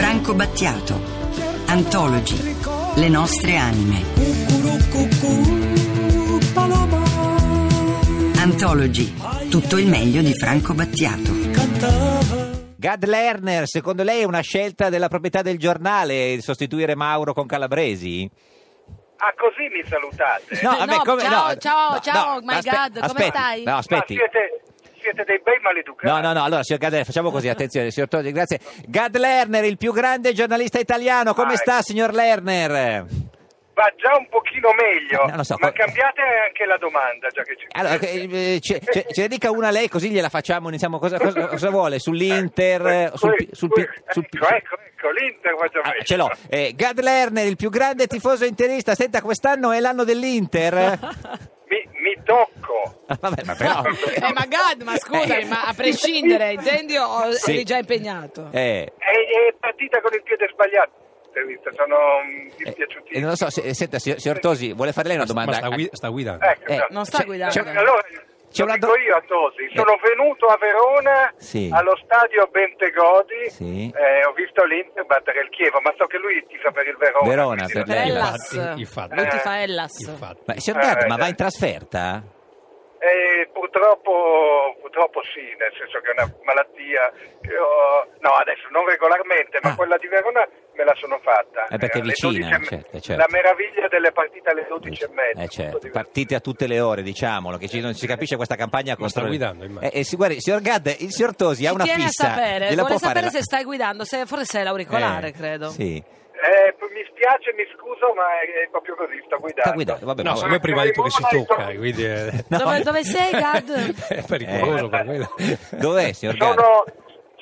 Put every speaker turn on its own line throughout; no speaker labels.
Marco Battiato. Antology. Le nostre anime. Antology. Tutto il meglio di Franco Battiato.
Gad Lerner, secondo lei è una scelta della proprietà del giornale sostituire Mauro con Calabresi?
Ah, così mi salutate?
No, vabbè,
no,
come-
ciao,
no,
ciao,
no,
ciao,
no,
my
aspe-
God, come
aspetti,
stai?
No, aspetti.
Ma siete, siete dei bei
No,
maleducati.
no, no, allora signor Gadler, facciamo così, attenzione, signor Todi, grazie. Gad Lerner, il più grande giornalista italiano, come
Ah,
sta
ecco.
signor Lerner?
Va già un pochino meglio,
Eh, No, lo so,
ma
co-
cambiate anche la domanda, già che ci
Allora, eh, eh, ce, ce- ce ne dica una lei così gliela facciamo, iniziamo, cosa, cosa- cosa vuole? Sull'Inter? eh,
Eh,
Sul,
que-
pi- sul,
que-
pi- sul pi-
ecco, ecco, ecco, l'Inter va già
Ah,
meglio.
ce l'ho. Eh, Gad Lerner, il più grande tifoso interista, senta, quest'anno è l'anno dell'Inter?
Mi, mi tocco.
Vabbè, ma però...
Eh, ma Gad, ma scusami, ma a prescindere, intendi o
Eh. Sì.
eri già impegnato?
Eh,
È, è partita con il piede sbagliato. intervista, Sono mm,
eh,
dispiaciuti.
eh, non lo so, se- senta, signor, signor Tosi, vuole fare lei una domanda?
Ma sta, gui- sta guidando.
Ecco,
Eh,
no.
Non sta
C'è-
guidando.
c'è-
Allora,
c'è
lo
una do-
dico io a Tosi, sono
Eh.
venuto a Verona
Sì.
allo stadio Bentegodi,
Sì.
eh, ho visto l'Inter battere il Chievo, ma so che lui tifa per il Verona.
Verona,
quindi
per
non-
lei.
Ellas.
Infatti, infatti.
Lui ti fa Ellas.
Infatti.
Ma, signor
Eh,
Gad, ma
eh.
va in trasferta?
Eh, purtroppo, purtroppo sì, nel senso che è una malattia che ho, no adesso non regolarmente, ma
Ah.
quella di Verona me la sono fatta.
Eh, perché è
alle
vicina,
12 e me-
certo, certo.
La meraviglia delle partite alle 12 e mezza.
Eh certo,
tutto diverso.
partite a tutte le ore, diciamolo, che ci- non si capisce questa campagna
Ma sta
contro...
guidando, immagino.
Eh, eh, si- guardi, signor Gad, il signor Tosi ha
Ci
una
tiene
fissa.
a sapere,
gliela
vuole
può fare
sapere
la-
se stai guidando, se, forse è l'auricolare,
Eh,
credo.
Sì.
Eh, mi spiace, mi scuso, ma è, è proprio così, sto guidando.
Sta guidando, vabbè,
No,
ma-
siccome prima ha detto che si tocca, quindi... eh,
No,
Dove,
ma-
dove sei, Gad?
è pericoloso
Eh.
per quello.
Dov'è, signor Gad?
Sono,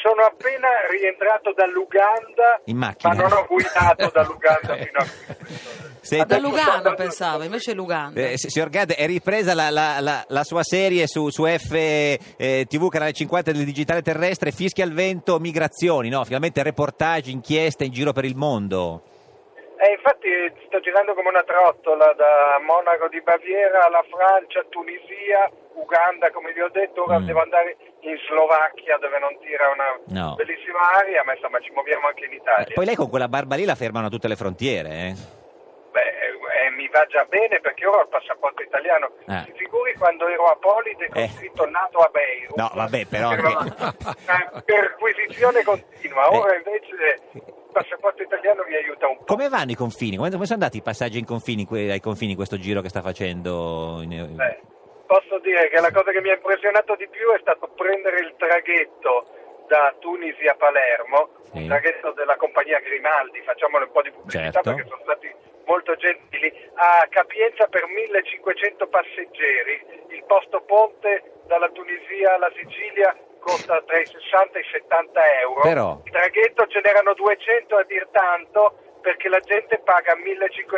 sono appena rientrato dall'Uganda,
In macchina.
ma non ho guidato dall'Uganda fino a qui.
Senta,
Da Lugano pensavo, invece è Lugano.
eh, s- signor Gad, è ripresa la, la- la- la sua serie su, su F eh, TV, canale 50 del digitale terrestre, Fischi al vento, migrazioni, no? Finalmente reportage, inchieste in giro per il mondo.
Eh, infatti eh, sto girando come una trottola da Monaco di Baviera alla Francia, Tunisia, Uganda, come vi ho detto, ora
Mm.
devo andare in Slovacchia dove non tira una
No.
bellissima aria, ma insomma ci muoviamo anche in Italia.
Eh, poi lei con quella barba lì la fermano a tutte le frontiere, eh?
Beh, eh, mi va già bene perché ora ho il passaporto italiano.
Ah.
Si figuri quando ero a Polide con
Eh.
scritto nato a Beirut.
No, vabbè, però
Era
anche-
una perquisizione continua. Ora
Eh.
invece il passaporto italiano mi aiuta un po'.
Come vanno i confini? Come, come sono andati i passaggi in confini, que- ai confini questo giro che sta facendo? in-
Beh, eh. posso dire che la cosa che mi ha impressionato di più è stato prendere il traghetto da Tunisi a Palermo,
Sì.
il traghetto della compagnia Grimaldi, facciamole un po' di pubblicità
Certo.
perché sono stati molto gentili, ha capienza per 1500 passeggeri, il posto ponte dalla Tunisia alla Sicilia costa tra i 60 e i 70 euro,
Però-
il traghetto ce n'erano 200 a dir tanto perché la gente paga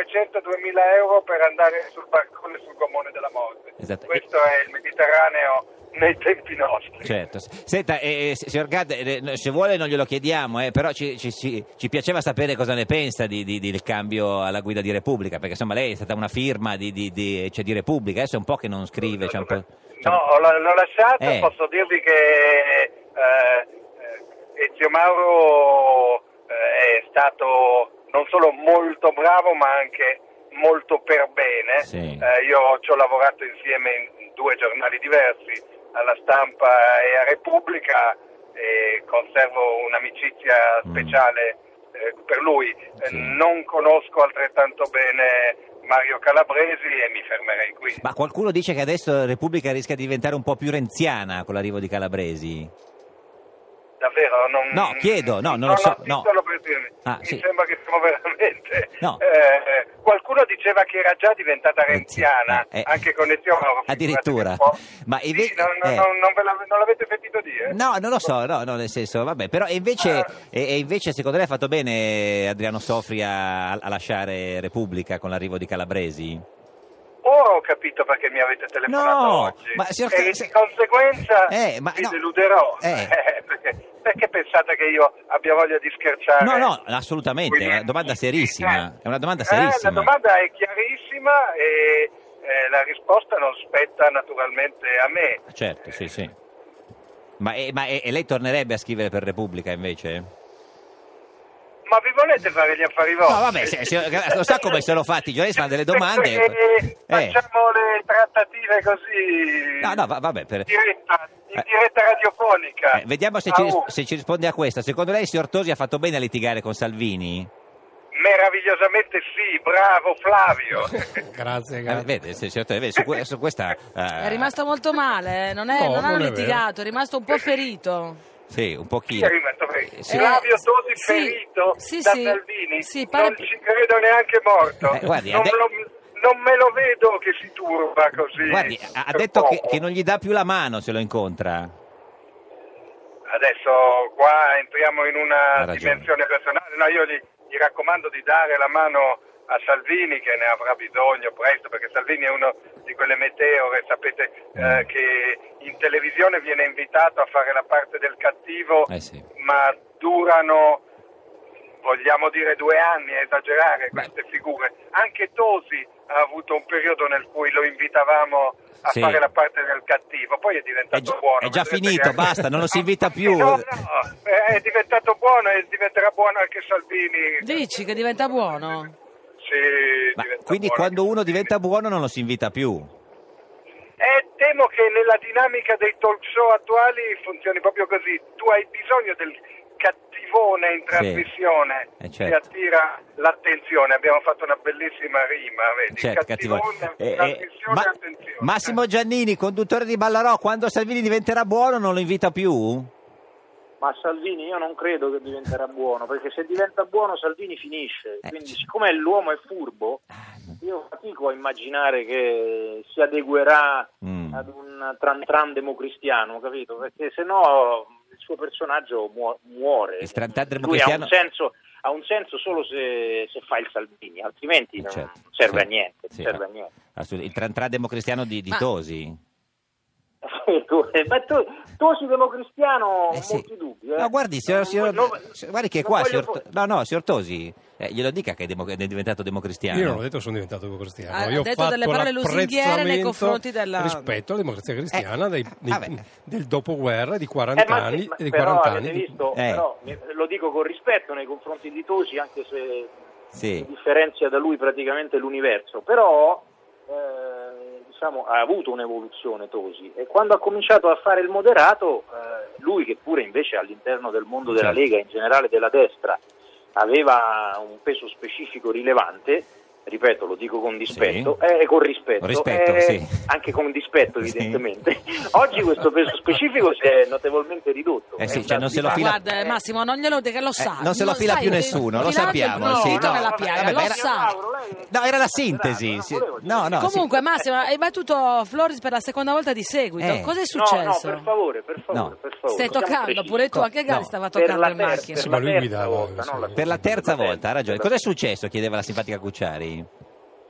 1500-2000 euro per andare sul barcone sul gommone della morte.
Esatto.
Questo è il Mediterraneo nei tempi nostri.
Certo. Senta, eh, eh, signor Gad, eh, no, se vuole non glielo chiediamo, eh, però ci, ci- ci- ci piaceva sapere cosa ne pensa di- di- di- del cambio alla guida di Repubblica, perché insomma lei è stata una firma di, di- di- cioè, di Repubblica, adesso è un po' che non scrive. c'è un po'- c'è un-
No, l'ho, l'ho lasciata,
Eh.
posso dirvi che eh, eh, Ezio Mauro eh, è stato non solo molto bravo ma anche molto per bene.
Sì.
Eh, io ci ho lavorato insieme in due giornali diversi, alla stampa e a Repubblica e conservo un'amicizia
Mm.
speciale eh, per lui. Eh,
Sì.
Non conosco altrettanto bene Mario Calabresi e mi fermerei qui.
Ma qualcuno dice che adesso Repubblica rischia di diventare un po' più renziana con l'arrivo di Calabresi.
Davvero? Non,
No, chiedo, no, non lo
ho
so, no.
titolo per dirmi.
Ah,
Mi
sì.
sembra che siamo veramente...
No.
Eh, qualcuno diceva che era già diventata renziana,
Eh, eh.
anche con Ezio Mauro.
Addirittura.
figurati un po'.
Ma
Sì,
inve-
non, non-
eh.
non- non ve la- non l'avete sentito dire?
No, non lo so, no, no, nel senso, vabbè, però e invece, e- e invece secondo lei ha fatto bene eh, Adriano Sofri a, a lasciare Repubblica con l'arrivo di Calabresi?
Ora ho capito perché mi avete telefonato
No,
oggi.
ma signor
e
Ca-
di
se-
conseguenza
Eh, ma
vi
no.
deluderò.
Eh.
perché, perché pensate che io abbia voglia di scherzare?
No, no, assolutamente, è una domanda serissima, è una domanda
Eh, la
serissima.
domanda è chiarissima e eh, la risposta non spetta naturalmente a me.
Certo, sì, sì. Ma, e, ma e- e lei tornerebbe a scrivere per Repubblica invece?
ma vi volete fare gli affari vostri?
No, vabbè, se- se- lo sa come sono fatti, i giornalisti fanno delle domande.
Perché
Eh.
Facciamo le trattative così
No, no, va- vabbè, per-
in, diretta, in
Eh.
diretta radiofonica.
Eh, vediamo se
Ah,
ci,
oh,
ris- se ci risponde a questa. Secondo lei, signor Tosi, ha fatto bene a litigare con Salvini?
Meravigliosamente sì, bravo Flavio.
Grazie,
Eh,
grazie.
vede, se- signor Tosi, vede, su, que- su questa... eh,
È rimasto molto male, eh, non, è,
No,
non hanno
non è
litigato, è rimasto un po' ferito.
Sì, un
Chi
pochino.
è rimasto ferito?
Sì.
Flavio Tosi
sì,
ferito
sì,
da
sì.
Salvini?
Sì, pare-
Non ci credo neanche morto.
Eh, guardi,
non,
ha de-
lo- non me lo vedo che si turba così.
Guardi, ha ha
per
detto che,
poco.
che non gli dà più la mano se lo incontra.
Adesso qua entriamo in
Ha
una
ragione.
dimensione personale. No, io gli, gli raccomando di dare la mano a Salvini che ne avrà bisogno presto perché Salvini è uno di quelle meteore, sapete
Mm.
eh, che in televisione viene invitato a fare la parte del cattivo,
Eh sì.
ma durano vogliamo dire due anni, è esagerare queste figure. Anche Tosi ha avuto un periodo nel cui lo invitavamo a
Sì.
fare la parte del cattivo, poi è diventato
È già-
buono.
è già
vedrete
finito,
che anche-
basta, non lo si invita più.
No, no, è diventato buono e diventerà buono anche Salvini.
Dici che diventa buono?
Sì,
Ma
diventa
quindi
buono
quando
anche
uno
Salvini.
diventa buono non lo si invita più.
Eh, temo che nella dinamica dei talk show attuali funzioni proprio così. Tu hai bisogno del cattivone in trasmissione
eh, certo.
che attira l'attenzione. Abbiamo fatto una bellissima rima, vedi?
Certo, cattivo.
cattivone,
Eh, eh,
trasmissione,
ma-
attenzione.
Massimo Giannini, conduttore di Ballarò, quando Salvini diventerà buono non lo invita più?
Ma Salvini io non credo che diventerà buono, perché se diventa buono Salvini finisce.
Eh,
Quindi
sì.
siccome l'uomo è furbo,
Ah,
io fatico a immaginare che si adeguerà
Mm.
ad un tran tran democristiano, capito? Perché se no il suo personaggio muo- muore.
Il tran tran
Lui ha
democristiano-
un senso, ha un senso solo se, se fa il Salvini, altrimenti non
Certo,
serve
sì.
a niente. non
Sì,
serve
ah,
a niente.
assolut- Il trantrà democristiano di, di
Ma-
Tosi?
Ma tu, tu sei democristiano,
Eh sì.
molti dubbi. eh.
No, guardi, signor,
Non-
signor-
non-
guardi che
non
qua,
voglio
signor,
po-
no, no, signor Tosi, eh, glielo dica che è, demo- è diventato democristiano.
Io non ho detto che sono diventato cristiano.
Ha- ha
Io ho
detto
fatto
delle parole lusinghiere nei
l'apprezzamento
confronti della-
rispetto alla democrazia cristiana
Eh,
dei- dei-
vabbè.
del dopoguerra di
Eh,
40
ma-
anni.
ma-
di
però
40
avete
anni.
visto,
Eh.
però, mi- lo dico con rispetto nei confronti di Tosi, anche se
Sì.
si differenzia da lui praticamente l'universo, però eh, diciamo, ha avuto un'evoluzione Tosi e quando ha cominciato a fare il moderato, eh, lui che pure invece all'interno del mondo della
Certo.
Lega, in generale della destra, aveva un peso specifico rilevante, ripeto, lo dico con dispetto,
Sì.
eh, con rispetto,
Con rispetto,
eh,
sì.
anche con dispetto
Sì.
evidentemente. Oggi questo peso specifico si è notevolmente ridotto.
Eh sì,
È
cioè non se lo
una-
fila-
Guarda eh, Massimo, non glielo dica, lo
Eh,
sa.
non se lo fila
sai,
più
devi-
nessuno, lo
filargli-
sappiamo.
No,
Ah, sì,
non è la
no,
piaga,
vabbè,
lo
era-
sa.
Mauro, lei-
No, era la
Sì,
sintesi.
bravo,
sì.
non volevo dire.
No, no, sì.
Comunque, Massimo, hai battuto Floris per la seconda volta di seguito.
Eh.
Cosa è
No,
successo?
no, per favore, per
No.
favore, per favore.
Stai
Siamo
toccando
precisi.
pure tu,
Co-
anche Gali
no.
stava
Per la
toccando in
terza-
macchina.
Sì,
per
ma
la
lui
terza
guidava,
volta,
sì.
non la
Per
Per la terza
seconda.
volta, ha ragione. Cos'è successo? chiedeva la simpatica Cucciari.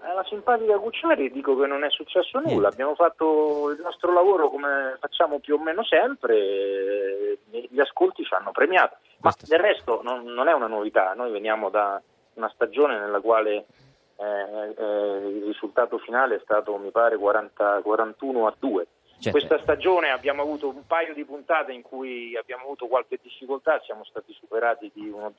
Alla simpatica Cucciari dico che non è successo
Niente.
nulla, abbiamo fatto il nostro lavoro come facciamo più o meno sempre, e gli ascolti ci hanno premiato, ma
Questo sì.
del resto non, non è una novità, noi veniamo da una stagione nella quale eh, eh, il risultato finale è stato mi pare 40 41 a 2.
Cioè,
Questa stagione abbiamo avuto un paio di puntate in cui abbiamo avuto qualche difficoltà, siamo stati superati di uno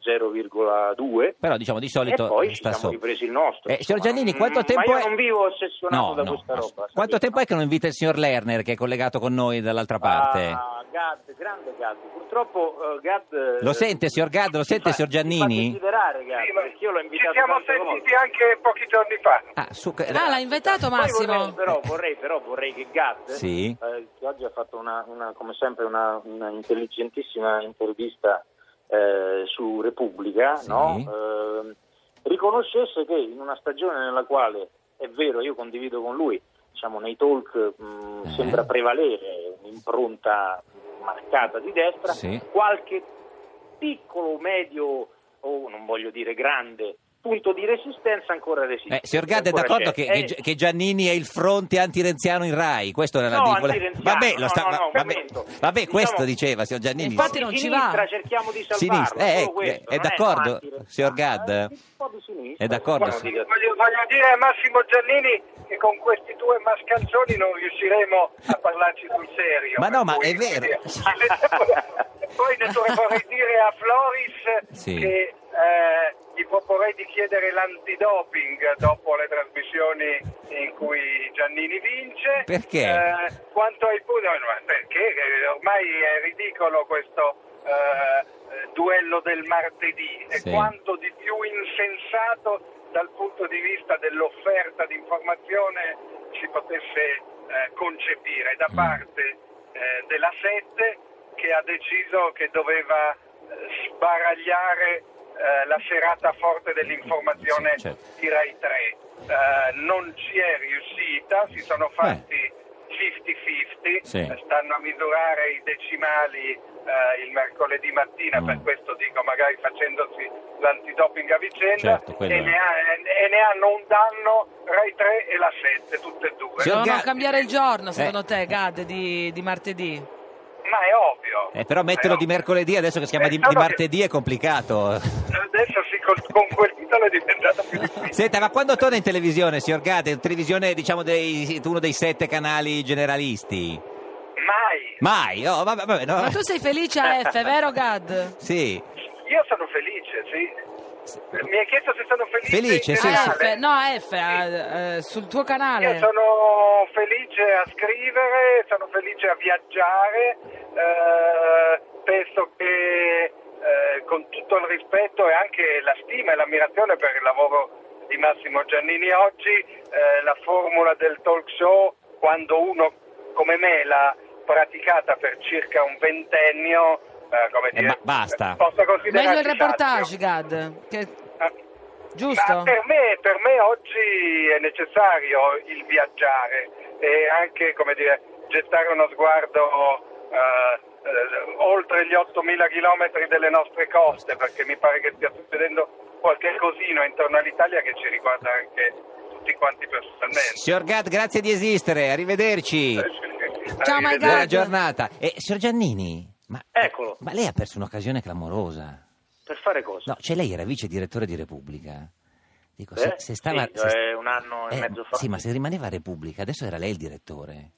0,2
Però diciamo di solito
e poi ci
sta
siamo
sopra.
ripresi il nostro.
Eh, signor
insomma,
Giannini,
non-
quanto tempo
ma
è...
io non vivo ossessionato
No,
da
no,
questa
ass-
roba.
Quanto
sapete,
tempo
no?
è che non invita il signor Lerner che è collegato con noi dall'altra parte?
Ah, Gad, grande Gad. Purtroppo eh, Gad eh,
Lo sente, signor Gad? Lo
si
sente,
fa-
signor
si fa
Giannini?
considerare Gad,
Sì, ma
perché io l'ho invitato
Ci siamo
tante volte.
sentiti anche pochi giorni fa.
Ah, su-
Ah, l'ha invitato
Poi vorrei-
Massimo?
però, vorrei, però vorrei che Gad,
Sì.
eh, che oggi ha fatto una, una- come sempre una, una intelligentissima intervista eh, su Repubblica,
Sì.
no? Ehm, riconoscesse che in una stagione nella quale, è vero, io condivido con lui, diciamo, nei talk mh,
Eh.
sembra prevalere un'impronta marcata di destra,
Sì.
qualche piccolo, medio, o non voglio dire grande, punto di resistenza ancora resiste.
Eh, signor Gad è
ancora
d'accordo che,
c'è.
che
Eh,
Gi- che Giannini è il fronte antirenziano in Rai? Questo era
No,
di-
antirenziano,
Vabbè, lo
no,
sta-
no, no,
vabbè,
momento.
vabbè, questo
Diciamo-
diceva signor Giannini.
Infatti non ci
sinistra
va.
cerchiamo di salvarlo,
Sinistra, eh,
solo questo,
eh,
non
è d'accordo,
antirezzare,
signor Gad?
eh, un po' di sinistra.
È d'accordo,
Guarda,
sì.
dica-
Voglio, voglio dire a Massimo Giannini che con questi due mascalzoni non riusciremo a parlarci sul serio.
Ma no, ma
Per
è
cui-
vero.
E poi ne vorrei dire a Floris
Sì.
che eh, antidoping dopo le trasmissioni in cui Giannini vince.
Perché?
Eh, quanto ai punti, no, no, perché eh, ormai è ridicolo questo eh, eh, duello del martedì e
Sì.
quanto di più insensato dal punto di vista dell'offerta di informazione si potesse eh, concepire da
Mm.
parte eh, della Sette che ha deciso che doveva eh, sbaragliare eh, la serata forte dell'informazione
Sì, certo.
di Rai 3. Eh, non ci è riuscita, si sono fatti 50-50,
Sì.
eh, stanno a misurare i decimali eh, il mercoledì mattina,
Mm.
per questo dico magari facendosi l'antidoping a vicenda,
Certo, quello
e,
è.
ne ha- e- e ne hanno un danno Rai 3 e la 7, tutte e due.
Signor
Devono
Ga-
cambiare il giorno,
Eh.
secondo te, Gad, di, di martedì?
Ma è ovvio.
Eh, però metterlo
È
di
ovvio.
mercoledì adesso che si chiama
Eh,
di,
solo
di
che-
martedì è complicato.
Adesso sì, col- con quel titolo è diventato più difficile.
Senta, ma quando torna in televisione, signor Gade? Televisione, diciamo, dei- uno dei sette canali generalisti?
Mai.
Mai? Oh, vabbè, vabbè, no.
Ma tu sei felice a F, vero Gad?
Sì.
Io sono felice, sì. Mi hai chiesto se sono felice.
Felice,
in
sì,
A
generale?
F, no, a F, a- eh, sul tuo canale.
Io sono felice a scrivere, sono felice a viaggiare, eh, penso che eh, con tutto il rispetto e anche la stima e l'ammirazione per il lavoro di Massimo Giannini oggi, eh, la formula del talk show, quando uno come me l'ha praticata per circa un ventennio, eh, come
Eh,
dire,
ba- basta.
possa considerarsi
Meglio il reportage,
sazio.
Gad. che-
Ah. Ma
giusto?
per, me, per me oggi è necessario il viaggiare e anche come dire, gettare uno sguardo eh, eh, oltre gli 8.000 chilometri delle nostre coste, perché mi pare che stia succedendo qualche cosino intorno all'Italia che ci riguarda anche tutti quanti personalmente.
Signor Gad, grazie di esistere, arrivederci.
Ciao, my
Buona
Gad.
giornata. E signor Giannini, ma,
Eccolo.
ma lei ha perso un'occasione clamorosa.
Per fare cosa?
No, cioè lei era vice direttore di Repubblica. Dico,
Eh,
se, se stava...
sì,
se-
eh, un anno e
eh,
mezzo fa.
Sì, ma se rimaneva a Repubblica, adesso era lei il direttore.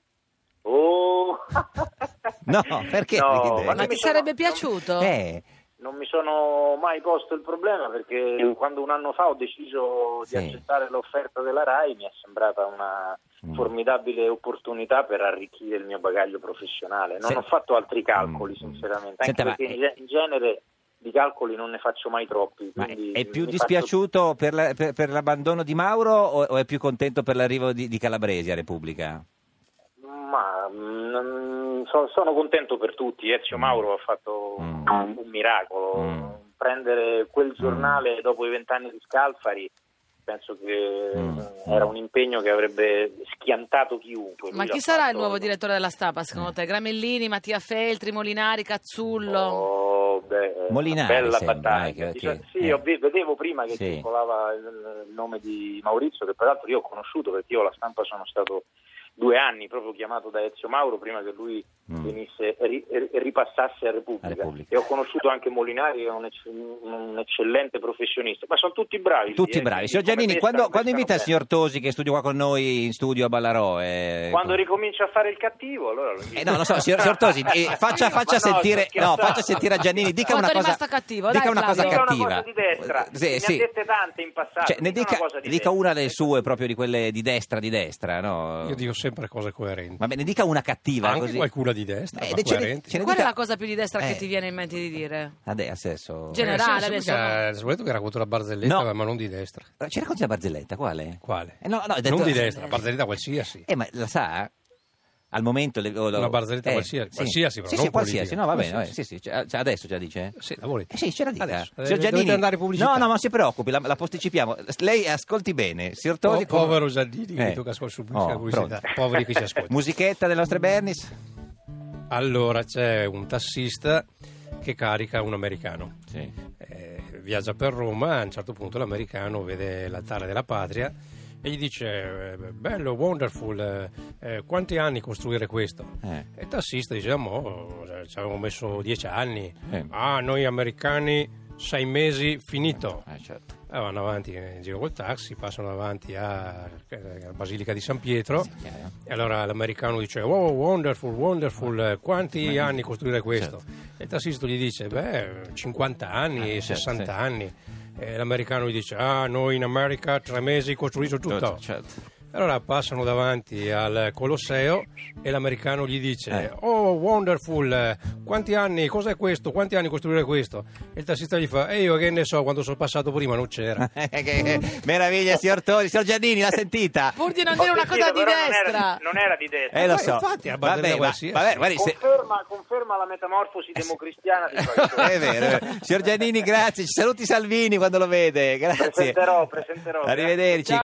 Oh.
No, perché?
No,
Perché-
ma
Ma
non mi
ti
sono-
sarebbe
non-
piaciuto?
Eh,
Non mi sono mai posto il problema perché quando un anno fa ho deciso
Sì.
di accettare l'offerta della RAI mi è sembrata una
Mm.
formidabile opportunità per arricchire il mio bagaglio professionale. Non
Se-
ho fatto altri calcoli,
Mm.
sinceramente,
Senta, ma
anche perché in
è-
ge- in genere di calcoli non ne faccio mai troppi.
ma è,
quindi
è più
mi faccio-
dispiaciuto per, la- per- per l'abbandono di Mauro o, o è più contento per l'arrivo di, di Calabresi a Repubblica?
Ma mm, non- so- sono contento per tutti. Ezio
Mm.
Mauro ha fatto
Mm.
un miracolo.
Mm.
Prendere quel giornale dopo i vent'anni di Scalfari penso che
Mm.
eh, era un impegno che avrebbe schiantato chiunque.
Ma
Lui
chi
l'ha
sarà il
fatto-
nuovo direttore della stampa, secondo te? Gramellini, Mattia Feltri, Molinari, Cazzullo?
Oh, beh,
Molinari,
una bella
sembra, eh,
battaglia.
che-
Dice-
che-
sì,
eh.
ho vi- vedevo prima che
Sì.
circolava il il nome di Maurizio, che peraltro io ho conosciuto perché io alla stampa sono stato due anni proprio chiamato da Ezio Mauro prima che lui
Mm.
venisse ri- ri- ripassasse a Repubblica.
A Repubblica.
E ho conosciuto anche Molinari, che è un, ecce- un eccellente professionista. Ma sono tutti bravi.
Tutti
eh,
bravi.
quindi
Signor
come
Giannini,
pescano,
quando, quando
pescano
invita il
bene.
signor Tosi che studia qua con noi in studio a Ballarò? eh,
Quando
co-
ricomincia a fare il cattivo, allora lo
Eh, no, non so, signor, signor Tosi, eh, faccia,
Ma
faccia
no, sto
sentire, no,
scherzando.
faccia sentire a Giannini, dica una
Quanto è
cosa,
rimasto cattivo? Dai,
dica una cosa
Flavio.
Dica una
cattiva.
cosa di destra,
Eh,
ne ha dette tante in passato,
Cioè, ne
dica
dica,
una cosa di
dica
destra.
una delle sue, proprio di quelle di destra, di destra, no?
Io dico sempre cose coerenti.
Va bene, dica una cattiva.
Anche
così. Eh,
qualcuna di destra, ma
ne- ce ne-
coerenti.
ce ne
Qual è
dica-
la cosa più di destra
Eh,
che ti viene in mente di dire?
Adè, adesso...
Gen- generale,
Eh,
adesso
sembra Che, sembra che racconto una barzelletta,
No.
ma non di destra.
Ci racconti la barzelletta, quale?
Quale?
Eh, no, no, hai detto-
Non di destra, barzelletta qualsiasi.
Eh, ma la sa? Al momento... Le, o la-
Una barzelletta
eh,
qualsiasi-
sì.
qualsiasi, però
Sì,
non
sì, qualsiasi,
politica.
no, va bene,
Qualsiasi.
va bene, sì, sì, cioè, cioè, adesso ce la dice?
Sì, la volete?
Eh Sì, ce la dica.
Adesso.
Signor
Eh,
Giannini-
Dovete andare in pubblicità.
No, no, non si preoccupi, la, la posticipiamo. Lei ascolti bene. Signor Tosi,
Po- povero Giannini che
Eh.
tocca solo su
Oh,
la pubblicità.
pronto.
Poveri che ci ascoltano.
Eh, Musichetta delle nostre Bernis?
Allora c'è un tassista che carica un americano.
Sì.
Eh, viaggia per Roma, a un certo punto l'americano vede l'altare della patria e gli dice eh, bello, wonderful, eh, eh, quanti anni costruire questo?
Eh.
E il tassista dice, "Ah, mo, eh, ci avevamo messo dieci anni,
Eh.
ah noi americani sei mesi, finito.
Eh, certo.
Eh, vanno avanti in giro col taxi, passano davanti a- alla Basilica di San Pietro.
Sì, chiaro.
E allora l'americano dice: Wow, wonderful, wonderful, eh, quanti anni costruire questo? E il tassista gli dice: Beh, 50 anni,
certo. Eh, certo,
60
sì.
anni. eh, l'americano gli dice ah noi in America tre mesi costruisco tutto.
certo.
Allora passano davanti al Colosseo e l'americano gli dice:
Eh.
Oh, wonderful, eh, quanti anni, cos'è questo? Quanti anni costruire questo? E il tassista gli fa: E io che ne so, quando sono passato prima non c'era.
Che- Eh, che meraviglia, signor Tori. Signor Giannini, l'ha sentita?
Pur di non dire una cosa di
Però non era-
destra.
Non era di destra.
Eh, lo
Ma
so.
infatti, è una
Vabbè,
barzelletta
ma-
qualsiasi.
vabbè, guardi, se- Eh
Conferma, conferma la metamorfosi democristiana di Faggioli.
è vero, è vero. Signor Giannini, grazie. Ci saluti Salvini quando lo vede. Grazie.
Presenterò, presenterò.
Arrivederci.